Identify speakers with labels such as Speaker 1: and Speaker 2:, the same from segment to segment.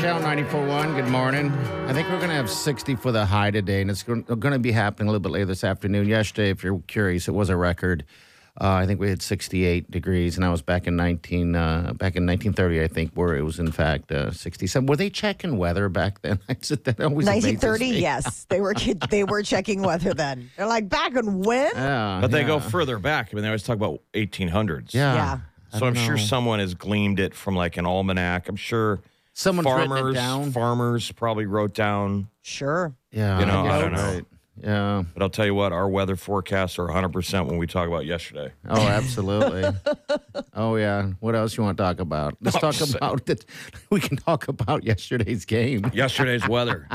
Speaker 1: Channel 94.1, good morning. I think we're going to have 60 for the high today, and it's going to be happening a little bit later this afternoon. Yesterday, if you're curious, it was a record. Uh, I think we had 68 degrees, and I was back in 19 uh, back in 1930, I think, where it was in fact uh, 67. Were they checking weather back then? I said that always amazes
Speaker 2: 1930,
Speaker 1: me.
Speaker 2: yes, they were kid- they were checking weather then. They're like back and when?
Speaker 1: Yeah,
Speaker 3: But they
Speaker 1: yeah.
Speaker 3: go further back. I mean, they always talk about 1800s.
Speaker 1: Yeah.
Speaker 2: Yeah.
Speaker 1: I
Speaker 3: So I'm
Speaker 1: don't
Speaker 3: sure
Speaker 1: know.
Speaker 3: someone has gleamed it from like an almanac. I'm sure
Speaker 1: Someone's written it
Speaker 3: farmers
Speaker 1: down.
Speaker 3: farmers probably wrote down.
Speaker 2: Sure.
Speaker 1: yeah,
Speaker 3: you know, I
Speaker 1: guess
Speaker 3: don't
Speaker 1: that's
Speaker 3: know.
Speaker 1: right. Yeah.
Speaker 3: But I'll tell you what, our weather forecasts are 100 percent when we talk about yesterday.
Speaker 1: Oh, absolutely. oh yeah. What else you want to talk about? Let's
Speaker 3: I'm
Speaker 1: talk
Speaker 3: just saying.
Speaker 1: about it. We can talk about yesterday's game.
Speaker 3: Yesterday's weather,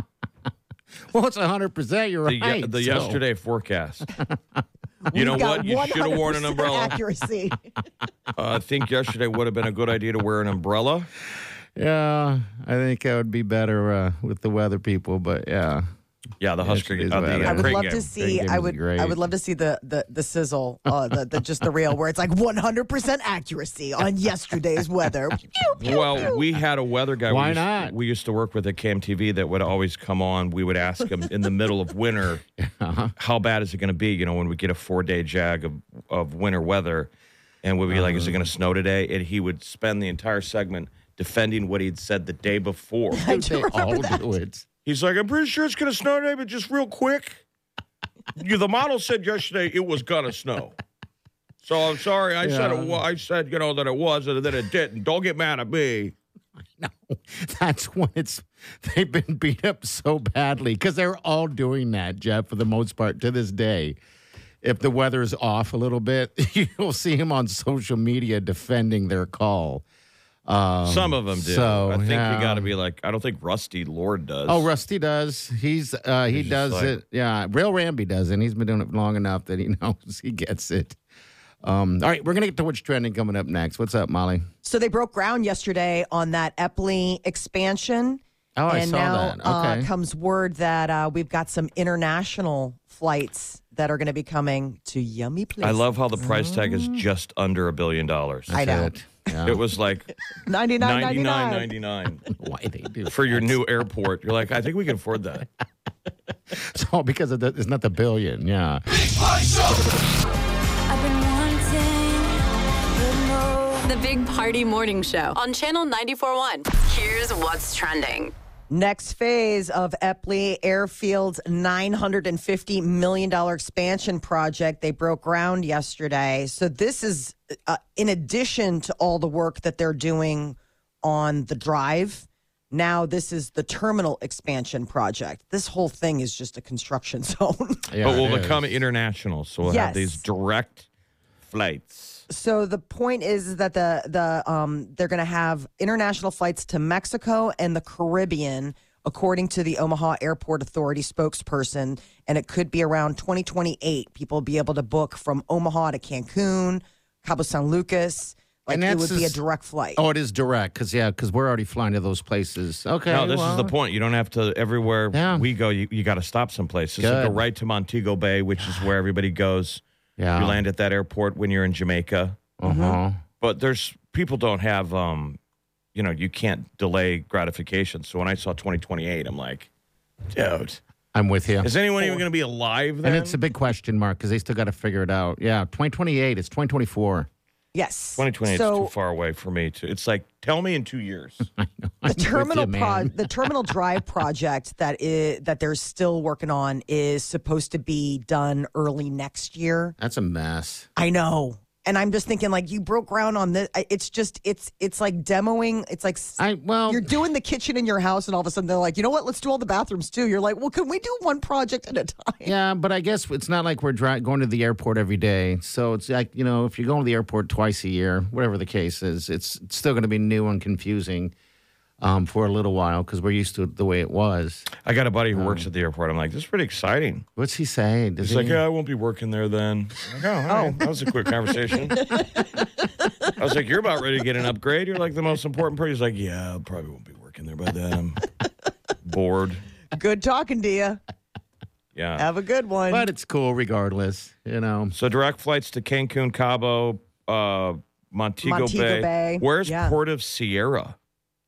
Speaker 1: Well, it's 100. percent You're
Speaker 3: the, ye-
Speaker 1: right.
Speaker 3: the
Speaker 1: so-
Speaker 3: yesterday forecast. Uh, You know
Speaker 2: We've got
Speaker 3: what? You should have worn an
Speaker 2: 100%
Speaker 3: umbrella.
Speaker 2: Accuracy.
Speaker 3: Uh, I think yesterday would have been a good idea to wear an umbrella.
Speaker 1: Yeah, I think I would be better uh, with the weather people, but yeah.
Speaker 3: Yeah, the Husker.
Speaker 1: Yesterday's
Speaker 3: Uh, the,
Speaker 1: weather.
Speaker 3: uh,
Speaker 2: I would
Speaker 3: Craig
Speaker 2: love
Speaker 3: game.
Speaker 2: to see.
Speaker 1: game
Speaker 2: I
Speaker 1: was
Speaker 2: would.
Speaker 1: great.
Speaker 2: I would love to see the the, the sizzle, uh, the, the just the reel where it's like 100% accuracy on yesterday's weather.
Speaker 3: Well, we had a weather guy.
Speaker 1: Why
Speaker 3: we used,
Speaker 1: not?
Speaker 3: We used to work with at KMTV that would always come on. We would ask him in the middle of winter,
Speaker 1: Uh-huh.
Speaker 3: how bad is it going to be? You know, when we get a four day jag of, of winter weather, and we'd be like,
Speaker 1: Uh-huh.
Speaker 3: is it going to snow today? And he would spend the entire segment defending what he'd said the day before.
Speaker 1: they all do it.
Speaker 3: He's like, I'm pretty sure it's going to snow today, but just real quick. You, the model said yesterday it was going to snow. So I'm sorry. I said
Speaker 1: Yeah.
Speaker 3: it, wa- I said, you know, that it was and then it didn't. Don't get mad at me.
Speaker 1: No, that's when it's they've been beat up so badly because they're all doing that, Jeff, for the most part to this day. If the weather is off a little bit, you'll see him on social media defending their call. Um,
Speaker 3: Some of them do.
Speaker 1: So
Speaker 3: I think
Speaker 1: yeah.
Speaker 3: you got to be like, I don't think Rusty Lord does.
Speaker 1: Oh, Rusty does. He's uh, he
Speaker 3: He's just
Speaker 1: does
Speaker 3: like-
Speaker 1: it. Yeah, Real Ramby does, it, and he's been doing it long enough that he knows he gets it. Um, all right, we're gonna get to what's trending coming up next. What's up, Molly?
Speaker 2: So they broke ground yesterday on that Epley expansion.
Speaker 1: Oh, I
Speaker 2: and
Speaker 1: saw
Speaker 2: now
Speaker 1: that.
Speaker 2: uh,
Speaker 1: Okay.
Speaker 2: comes word that uh, we've got some international flights that are going to be coming to yummy places.
Speaker 3: I love how the price tag
Speaker 1: Oh.
Speaker 3: is just under a billion dollars.
Speaker 2: I know.
Speaker 1: It. Yeah.
Speaker 3: It was like
Speaker 2: ninety nine ninety
Speaker 3: ninety nine
Speaker 2: nine.
Speaker 3: ninety nine
Speaker 1: Why they do
Speaker 3: for your
Speaker 1: that.
Speaker 3: new airport. You're like, I think we can afford that.
Speaker 1: It's all because of the, it's not the billion. Yeah.
Speaker 4: I've been wanting,
Speaker 5: The Big Party Morning Show on Channel 941. Here's what's trending.
Speaker 2: Next phase of Epley Airfield's $950 million expansion project. They broke ground yesterday. So, this is uh, in addition to all the work that they're doing on the drive. Now, this is the terminal expansion project. This whole thing is just a construction zone.
Speaker 1: yeah
Speaker 3: but
Speaker 1: it
Speaker 3: we'll
Speaker 1: is.
Speaker 3: become international, so we'll
Speaker 2: Yes.
Speaker 3: have these direct flights.
Speaker 2: so the point is that the the um they're going to have international flights to Mexico and the Caribbean according to the Omaha Airport Authority spokesperson and it could be around 2028 people will be able to book from Omaha to Cancun, Cabo San Lucas like
Speaker 1: And
Speaker 2: it
Speaker 1: that's
Speaker 2: would be a
Speaker 1: just-
Speaker 2: direct flight.
Speaker 1: Oh, it is direct because yeah, because we're already flying to those places. Okay.
Speaker 3: No, this
Speaker 1: well,
Speaker 3: is the point. You don't have to everywhere
Speaker 1: Yeah.
Speaker 3: we go. You, you got to stop someplace. Just
Speaker 1: Good.
Speaker 3: go right to Montego Bay, which is where everybody goes.
Speaker 1: Yeah.
Speaker 3: You land at that airport when you're in Jamaica.
Speaker 1: Uh huh.
Speaker 3: but there's people don't have um you know you can't delay gratification so when i saw 2028 i'm like dude
Speaker 1: I'm with you.
Speaker 3: is anyone even going to be alive then
Speaker 1: And it's a big question mark because they still got to figure it out. Yeah, 2028. It's 2024.
Speaker 2: yes.
Speaker 3: 2028 is
Speaker 2: So-
Speaker 3: too far away for me to it's like tell me in two years
Speaker 2: the
Speaker 1: with
Speaker 2: terminal
Speaker 1: you,
Speaker 2: pro-
Speaker 1: man.
Speaker 2: the terminal drive project that is that they're still working on is supposed to be done early next year.
Speaker 1: That's a mess.
Speaker 2: I know. And I'm just thinking, like, you broke ground on this. I- It's just, it's, it's like demoing. It's like s-
Speaker 1: I well,
Speaker 2: you're doing the kitchen in your house, and all of a sudden they're like, you know what? Let's do all the bathrooms too. You're like, well, can we do one project at a time?
Speaker 1: Yeah, but I guess it's not like we're dri- going to the airport every day. So it's like, you know, if you're going to the airport twice a year, whatever the case is, it's, it's still going to be new and confusing. um, for a little while because we're used to it the way it was.
Speaker 3: I got a buddy who works at the airport. I'm like, this is pretty exciting.
Speaker 1: What's he saying? Does
Speaker 3: He's
Speaker 1: he,
Speaker 3: like, yeah, I won't be working there then. I'm like, oh, all right. that was a quick conversation. I was like, you're about ready to get an upgrade. You're like the most important person. He's like, yeah, I probably won't be working there by then. I'm bored.
Speaker 2: Good talking to you.
Speaker 3: Yeah.
Speaker 2: Have a good one.
Speaker 1: but it's cool regardless, you know.
Speaker 3: So direct flights to Cancun, Cabo, uh, Montego,
Speaker 2: Montego
Speaker 3: Bay.
Speaker 2: Bay.
Speaker 3: Where's
Speaker 2: Yeah.
Speaker 3: Port of Sierra?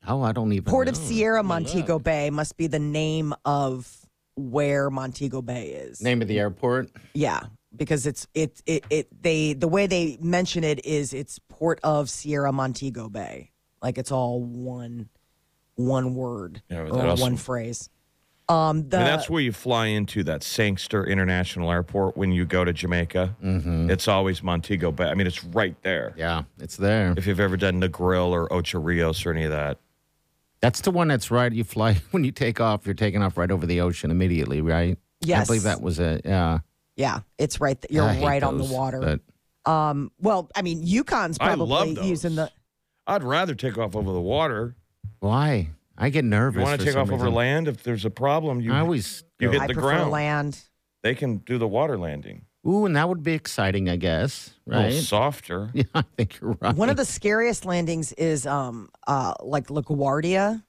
Speaker 1: Oh, I don't even
Speaker 2: Port of
Speaker 1: know.
Speaker 2: Sierra Montego Bay must be the name of where Montego Bay is.
Speaker 1: Name of the airport.
Speaker 2: Yeah, because it's it it it they the way they mention it is it's Port of Sierra Montego Bay. Like it's all one one word
Speaker 3: Yeah, but
Speaker 2: or
Speaker 3: that also-
Speaker 2: one phrase. Um the
Speaker 3: I mean, that's where you fly into that Sangster International Airport when you go to Jamaica. Mm-hmm. It's always Montego Bay. I mean, it's right there.
Speaker 1: Yeah, it's there.
Speaker 3: If you've ever done the Grill or Ocho Rios or any of that,
Speaker 1: That's the one that's right. You fly when you take off. You're taking off right over the ocean immediately, right? I
Speaker 2: Yes.
Speaker 1: believe that was it. Yeah,
Speaker 2: yeah, it's right th- you're
Speaker 1: I hate
Speaker 2: right on the
Speaker 1: those,
Speaker 2: water.
Speaker 1: but-
Speaker 2: um well, I mean Yukon's
Speaker 3: I
Speaker 2: probably
Speaker 3: love those.
Speaker 2: using the
Speaker 3: I'd rather take off over the water.
Speaker 1: Why? I get nervous.
Speaker 3: If you want
Speaker 1: for
Speaker 3: to take
Speaker 1: some
Speaker 3: off over
Speaker 1: reason.
Speaker 3: land, if there's a problem, you
Speaker 1: I always
Speaker 3: you
Speaker 1: go-
Speaker 3: hit
Speaker 2: I
Speaker 3: the
Speaker 2: prefer
Speaker 3: ground.
Speaker 2: land.
Speaker 3: they can do the water landing.
Speaker 1: Ooh, and that would be exciting, I guess.
Speaker 3: A
Speaker 1: Right?
Speaker 3: little softer.
Speaker 1: yeah, I think you're right.
Speaker 2: One of the scariest landings is um uh like LaGuardia.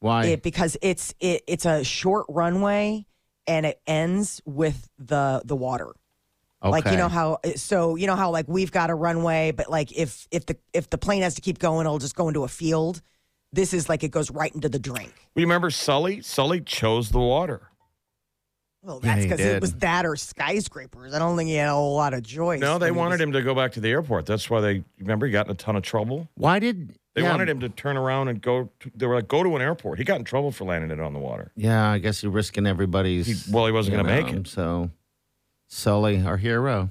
Speaker 1: why?
Speaker 2: it, because it's it, it's a short runway and it ends with the the water.
Speaker 1: okay.
Speaker 2: Like you know how uh, so you know how like we've got a runway, but like if if the if the plane has to keep going, it'll just go into a field. This is like it goes right into the drink.
Speaker 3: You remember Sully? Sully chose the water.
Speaker 2: Well,
Speaker 1: Yeah,
Speaker 2: that's
Speaker 1: he
Speaker 2: because
Speaker 1: did.
Speaker 2: it was that or skyscrapers. I don't think he had a whole lot of choice.
Speaker 3: No,
Speaker 2: I
Speaker 3: they
Speaker 2: mean,
Speaker 3: wanted
Speaker 2: it
Speaker 3: him to go back to the airport. That's why they remember he got in a ton of trouble.
Speaker 1: why did
Speaker 3: They
Speaker 1: yeah,
Speaker 3: wanted him to turn around and go. To, they were like, "Go to an airport." He got in trouble for landing it on the water.
Speaker 1: Yeah, I guess you're risking everybody's.
Speaker 3: He- well, he wasn't
Speaker 1: you
Speaker 3: gonna make
Speaker 1: know,
Speaker 3: it.
Speaker 1: So, Sully, our hero.
Speaker 2: was-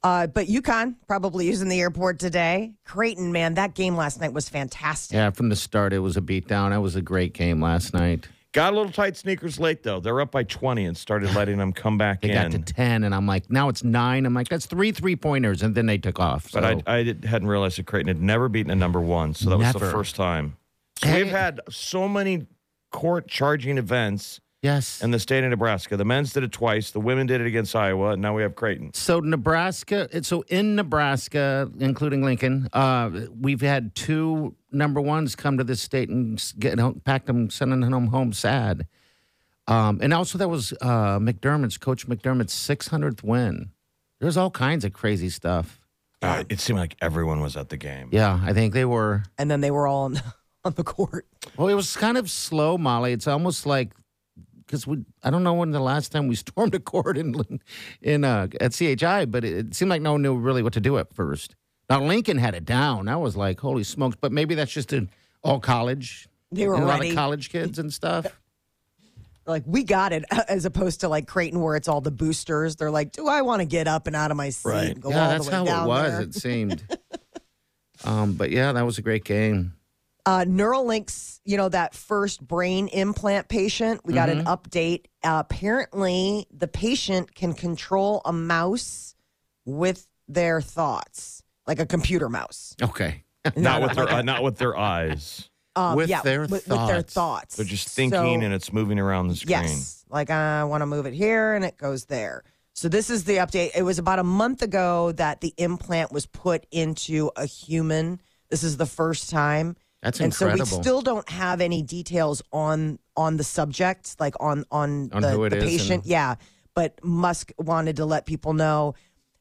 Speaker 2: Uh, but UConn probably using the airport today. Creighton, man, that game last night was fantastic.
Speaker 1: Yeah, from the start, it was a beatdown. That was a great game last night.
Speaker 3: Got a little tight sneakers late though. They're up by twenty and started letting them come back
Speaker 1: They got
Speaker 3: in.
Speaker 1: to 10, and I'm like, now it's nine. I'm like, that's three three pointers. And then they took off.
Speaker 3: but
Speaker 1: so-
Speaker 3: I, I did- hadn't realized that Creighton had never beaten a number one, so that was
Speaker 1: Never.
Speaker 3: the first time. So
Speaker 1: Hey.
Speaker 3: we've had so many court charging events
Speaker 1: yes.
Speaker 3: in the state of Nebraska. The men's did it twice. The women did it against Iowa, and now we have Creighton.
Speaker 1: So Nebraska, so in Nebraska, including Lincoln, uh, we've had two number ones come to this state and s- get home, packed them, sending them home sad. Um, and also that was uh, McDermott's coach McDermott's 600th win. There's all kinds of crazy stuff.
Speaker 3: Uh, it seemed like everyone was at the game.
Speaker 1: Yeah, I think they were.
Speaker 2: And then they were all on, on the court.
Speaker 1: Well, it was kind of slow, Molly. It's almost like because we I don't know when the last time we stormed a court in in uh, at CHI, but it, it seemed like no one knew really what to do at first. Now Lincoln had it down. I was like, holy smokes! But maybe that's just in all college.
Speaker 2: They were
Speaker 1: a lot of
Speaker 2: ready.
Speaker 1: college kids and stuff.
Speaker 2: like we got it uh, as opposed to like Creighton where it's all the boosters. They're like, do I want to get up and out of my seat?
Speaker 3: Right.
Speaker 2: And go
Speaker 1: yeah,
Speaker 2: all
Speaker 1: that's
Speaker 2: the way
Speaker 1: how
Speaker 2: down
Speaker 1: it was.
Speaker 2: there?"
Speaker 1: It seemed. um, but yeah, that was a great game.
Speaker 2: Uh, Neuralink's, you know, that first brain implant patient. We got an
Speaker 3: Mm-hmm.
Speaker 2: update. Uh, apparently, the patient can control a mouse with their thoughts, like a computer mouse.
Speaker 1: Okay.
Speaker 3: Not with their uh, not with their eyes.
Speaker 2: Um,
Speaker 1: With
Speaker 2: yeah,
Speaker 1: their
Speaker 2: with, with their
Speaker 1: thoughts.
Speaker 2: thoughts.
Speaker 3: They're just thinking,
Speaker 2: So-
Speaker 3: and it's moving around the screen.
Speaker 2: Yes. Like I want to move it here and it goes there. So this is the update. It was about a month ago that the implant was put into a human. This is the first time.
Speaker 1: That's
Speaker 2: and so
Speaker 1: incredible.
Speaker 2: we still don't have any details on on the subject, like on on,
Speaker 1: On
Speaker 2: the,
Speaker 1: who it
Speaker 2: the
Speaker 1: is and-
Speaker 2: patient. Yeah. But Musk wanted to let people know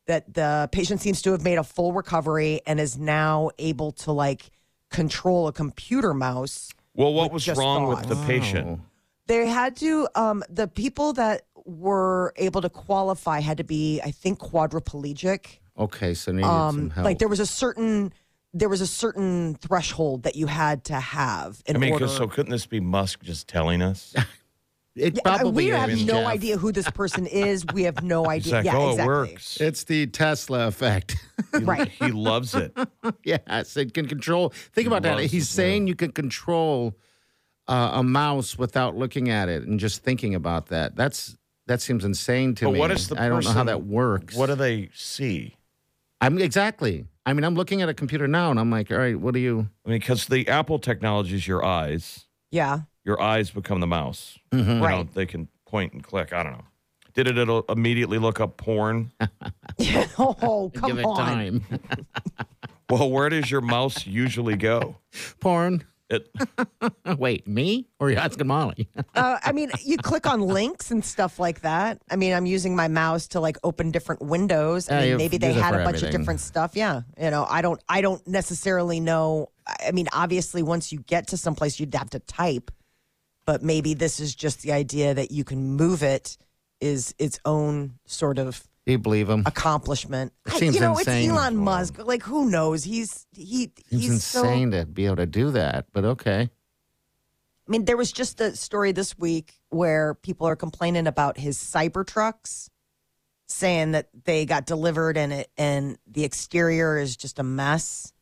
Speaker 2: that the patient seems to have made a full recovery and is now able to like control a computer mouse
Speaker 3: Well, what
Speaker 2: with
Speaker 3: was
Speaker 2: just
Speaker 3: wrong with the
Speaker 2: thoughts.
Speaker 3: patient?
Speaker 1: Wow.
Speaker 2: They had to, um, the people that were able to qualify had to be, I think, quadriplegic.
Speaker 1: Oh, Okay, so needed some
Speaker 2: Um,
Speaker 1: help.
Speaker 2: like there was a certain, there was a certain threshold that you had to have in
Speaker 3: I mean, 'cause-
Speaker 2: order.
Speaker 3: so couldn't this be Musk just telling us?
Speaker 1: it
Speaker 2: Yeah, I-
Speaker 1: probably
Speaker 2: we
Speaker 1: is,
Speaker 2: have no
Speaker 1: Jeff.
Speaker 2: idea who this person is. We have no
Speaker 3: He's
Speaker 2: idea.
Speaker 3: like,
Speaker 2: yeah,
Speaker 3: oh,
Speaker 2: exactly.
Speaker 3: it works.
Speaker 1: It's the Tesla effect.
Speaker 3: He-
Speaker 2: Right.
Speaker 3: He loves it.
Speaker 1: Yes, it can control. Think about that.
Speaker 3: loves
Speaker 1: He's
Speaker 3: it,
Speaker 1: saying you can control uh, a mouse without looking at it and just thinking about that. That's that seems insane to
Speaker 3: But
Speaker 1: me.
Speaker 3: what is the
Speaker 1: I don't know how
Speaker 3: person-
Speaker 1: that works.
Speaker 3: What do they see?
Speaker 1: I'm exactly. I mean, I'm looking at a computer now and I'm like, all right, what do you?
Speaker 3: I mean, because the Apple technology is your eyes.
Speaker 2: Yeah.
Speaker 3: Your eyes become the mouse. You know,
Speaker 2: Right.
Speaker 3: they can point and click. I don't know. Did it it'll immediately look up porn?
Speaker 2: oh, come
Speaker 1: give it
Speaker 2: on.
Speaker 1: time.
Speaker 3: well, where does your mouse usually go?
Speaker 1: Porn.
Speaker 3: It,
Speaker 1: Wait, me or you asking Molly?
Speaker 2: Uh, I mean, you click on links and stuff like that. I mean, I'm using my mouse to like open different windows.
Speaker 1: Yeah,
Speaker 2: I mean,
Speaker 1: you
Speaker 2: maybe they
Speaker 1: use it
Speaker 2: had
Speaker 1: for
Speaker 2: a bunch
Speaker 1: everything.
Speaker 2: of different stuff. Yeah, you know, I don't, I don't necessarily know. I I mean, obviously, once you get to someplace, you'd have to type. But maybe this is just the idea that you can move it is its own sort of
Speaker 1: do you believe him?
Speaker 2: accomplishment.
Speaker 1: It
Speaker 2: I-
Speaker 1: seems
Speaker 2: you know,
Speaker 1: insane.
Speaker 2: it's Elon Musk. Like, who knows? He's he
Speaker 1: It's
Speaker 2: he's so
Speaker 1: insane to be able to do that, but okay.
Speaker 2: I mean, there was just a story this week where people are complaining about his cyber trucks, saying that they got delivered and it and the exterior is just a mess.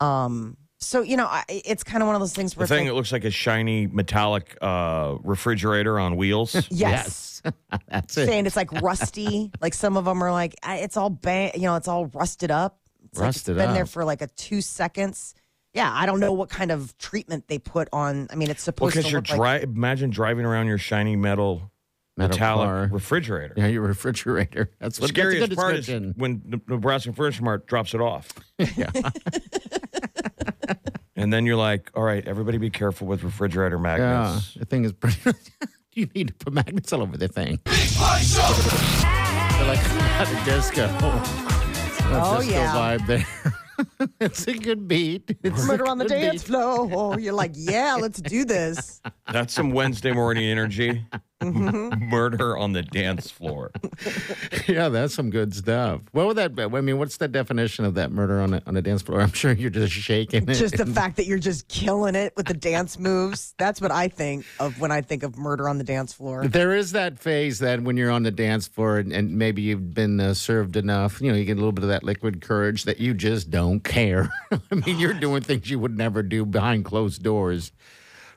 Speaker 2: Um, so you know, I, it's kind of one of those things where
Speaker 3: the
Speaker 2: it's
Speaker 3: thing that
Speaker 2: like,
Speaker 3: looks like a shiny metallic uh, refrigerator on wheels.
Speaker 2: yes,
Speaker 1: Yes. That's it.
Speaker 2: saying it's like rusty. like some of them are like "I- it's all bang, you know, it's all rusted up. It's like it's
Speaker 1: Rusted
Speaker 2: been there
Speaker 1: up.
Speaker 2: for like a two seconds. Yeah, I don't know what kind of treatment they put on. I mean, it's supposed
Speaker 3: because
Speaker 2: to
Speaker 3: you're
Speaker 2: look like
Speaker 3: dri- imagine driving around your shiny metal,
Speaker 1: Metal
Speaker 3: metallic
Speaker 1: car.
Speaker 3: refrigerator.
Speaker 1: Yeah, your refrigerator. That's
Speaker 3: The
Speaker 1: what that's a
Speaker 3: scariest
Speaker 1: good
Speaker 3: part is
Speaker 1: description.
Speaker 3: when N- Nebraska Furniture Mart drops it off. and then you're like, all right, everybody be careful with refrigerator
Speaker 1: yeah,
Speaker 3: magnets.
Speaker 1: the thing is pretty. you need to put magnets all over the thing. They're like a disco. A
Speaker 2: Oh,
Speaker 1: disco
Speaker 2: yeah.
Speaker 1: vibe there. it's a good beat. It's a
Speaker 2: murder on the
Speaker 1: good
Speaker 2: dance
Speaker 1: beat.
Speaker 2: floor. Oh, You're like, yeah, let's do this.
Speaker 3: That's some Wednesday morning energy.
Speaker 1: Mm-hmm.
Speaker 3: Murder on the dance floor.
Speaker 1: Yeah, that's some good stuff. What would that be? I mean, what's the definition of that murder on a, on a dance floor? I'm sure you're just shaking it.
Speaker 2: Just the fact that you're just killing it with the dance moves. That's what I think of when I think of murder on the dance floor.
Speaker 1: There is that phase that when you're on the dance floor and, and maybe you've been uh, served enough, you know, you get a little bit of that liquid courage that you just don't care. I mean, you're doing things you would never do behind closed doors,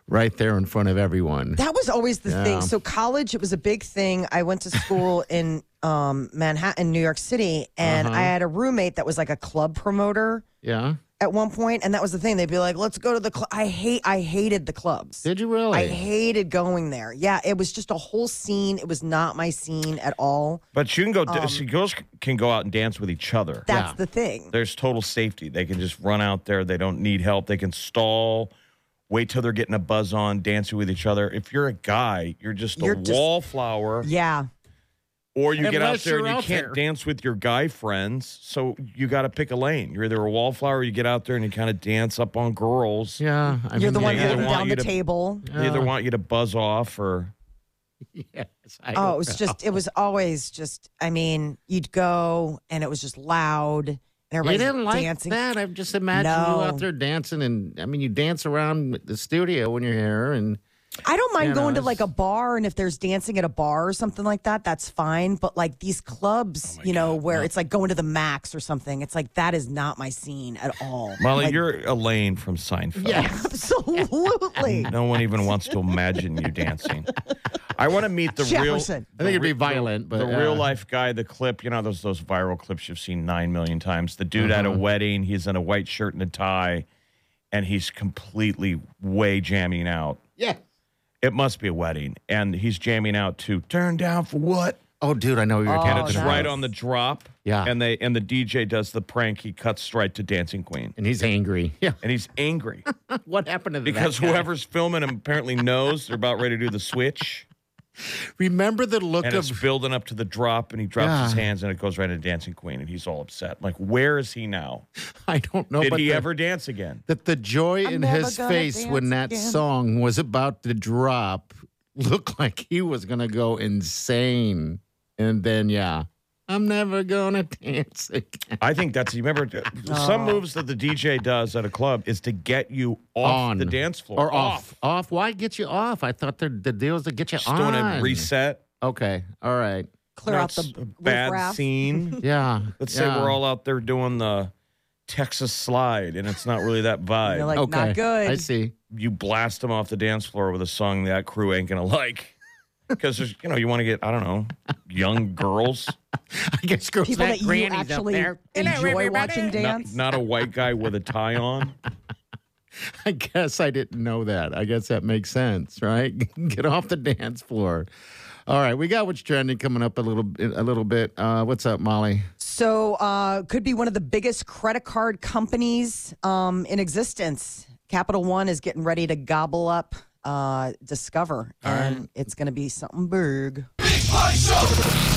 Speaker 1: right there in front of everyone.
Speaker 2: That was always the
Speaker 1: Yeah.
Speaker 2: thing. So college, it was a big thing. I went to school in um, Manhattan, New York City, and
Speaker 1: Uh-huh.
Speaker 2: I had a roommate that was like a club promoter
Speaker 1: Yeah.
Speaker 2: at one point, and that was the thing. They'd be like, "Let's go to the club." I hate, I hated the clubs.
Speaker 1: Did you really?
Speaker 2: I hated going there. Yeah, it was just a whole scene. It was not my scene at all.
Speaker 3: But you can go,
Speaker 1: Um,
Speaker 3: see, girls c- can go out and dance with each other.
Speaker 2: That's
Speaker 1: Yeah.
Speaker 2: the thing.
Speaker 3: There's total safety. They can just run out there. They don't need help. They can stall, wait till they're getting a buzz on, dancing with each other. If you're a guy, you're just a
Speaker 2: You're just-
Speaker 3: wallflower.
Speaker 2: Yeah.
Speaker 3: Or you get out
Speaker 1: Unless
Speaker 3: there and
Speaker 1: you're
Speaker 3: you
Speaker 1: out
Speaker 3: can't
Speaker 1: there.
Speaker 3: dance with your guy friends, so you got to pick a lane. You're either a wallflower, or you get out there and you kind of dance up on girls.
Speaker 1: Yeah. I
Speaker 2: You're the
Speaker 1: mean,
Speaker 2: one
Speaker 3: either
Speaker 1: yeah.
Speaker 2: holding
Speaker 3: want
Speaker 2: down
Speaker 3: you
Speaker 2: the
Speaker 3: to-
Speaker 2: table.
Speaker 3: They either want you to buzz off or
Speaker 1: Yes, I
Speaker 2: Oh,
Speaker 1: don't
Speaker 2: it was
Speaker 1: know.
Speaker 2: just, it was always just, I mean, you'd go and it was just loud and
Speaker 1: You
Speaker 2: everybody's
Speaker 1: didn't like
Speaker 2: dancing.
Speaker 1: that. I've just imagined you
Speaker 2: No.
Speaker 1: out there dancing, and I mean, you dance around the studio when you're here, and
Speaker 2: I don't
Speaker 1: You
Speaker 2: mind
Speaker 1: know,
Speaker 2: going to
Speaker 1: it's-
Speaker 2: like a bar and if there's dancing at a bar or something like that, that's fine. But like these clubs, you know, where it's like going to the max or something, it's like that is not my scene at all.
Speaker 3: Molly,
Speaker 2: Like,
Speaker 3: you're Elaine from Seinfeld.
Speaker 2: absolutely.
Speaker 3: No one even wants to imagine you dancing. I want to meet the
Speaker 2: Jefferson.
Speaker 1: I think it'd be violent, but
Speaker 3: real, the
Speaker 1: uh,
Speaker 3: real life guy. The clip, you know, those those viral clips you've seen nine million times. The dude
Speaker 1: Mm-hmm.
Speaker 3: at a wedding, he's in a white shirt and a tie, and he's completely way jamming out.
Speaker 1: Yeah.
Speaker 3: It must be a wedding, and he's jamming out to "Turn Down for What,"
Speaker 1: Oh, dude, I know what you're
Speaker 2: Oh,
Speaker 1: talking
Speaker 3: and it's
Speaker 2: nice.
Speaker 1: about.
Speaker 3: right on the drop.
Speaker 1: Yeah.
Speaker 3: and they and the DJ does the prank. He cuts right to Dancing Queen,
Speaker 1: and he's angry. Yeah.
Speaker 3: and he's angry
Speaker 1: What happened to that
Speaker 3: because
Speaker 1: guy?
Speaker 3: whoever's filming him apparently knows they're about ready to do the switch,
Speaker 1: Remember the look
Speaker 3: and
Speaker 1: of
Speaker 3: it's building up to the drop, and he drops his
Speaker 1: Yeah.
Speaker 3: hands, and it goes right to Dancing Queen, and he's all upset. Like, where is he now?
Speaker 1: I don't know,
Speaker 3: Did
Speaker 1: but
Speaker 3: he
Speaker 1: the,
Speaker 3: ever dance again?
Speaker 1: that the joy
Speaker 2: I'm
Speaker 1: in
Speaker 2: never
Speaker 1: his
Speaker 2: gonna
Speaker 1: face when
Speaker 2: dance
Speaker 1: that
Speaker 2: again.
Speaker 1: song was about to drop looked like he was gonna go insane, and then yeah, I'm never gonna dance again.
Speaker 3: I think that's you remember some
Speaker 1: Oh.
Speaker 3: moves that the DJ does at a club is to get you off
Speaker 1: On
Speaker 3: the dance floor
Speaker 1: or off. off, Why get you off? I thought the the deal was to get you
Speaker 3: Just doing
Speaker 1: on.
Speaker 3: a reset.
Speaker 1: Okay, all right,
Speaker 2: Clear out
Speaker 3: That's
Speaker 2: the
Speaker 3: a bad
Speaker 2: riffraff.
Speaker 3: scene.
Speaker 1: yeah.
Speaker 3: Let's
Speaker 1: yeah.
Speaker 3: say we're all out there doing the Texas slide, and it's not really that vibe.
Speaker 2: You're like,
Speaker 1: okay.
Speaker 2: not good.
Speaker 1: I see.
Speaker 3: you blast them off the dance floor with a song that crew ain't gonna like. because you know you want to get I don't know young girls,
Speaker 1: I guess girls
Speaker 2: People
Speaker 1: like
Speaker 2: that you
Speaker 1: grannies
Speaker 2: actually
Speaker 1: up there.
Speaker 2: enjoy watching dance.
Speaker 3: not, not a white guy with a tie on.
Speaker 1: I guess I didn't know that. I guess that makes sense, right? Get off the dance floor. All right, we got what's trending coming up a little a little bit. Uh, what's up, Molly?
Speaker 2: So, uh, could be one of the biggest credit card companies um, in existence. Capital One is getting ready to gobble up uh, Discover, and it's going to be something big.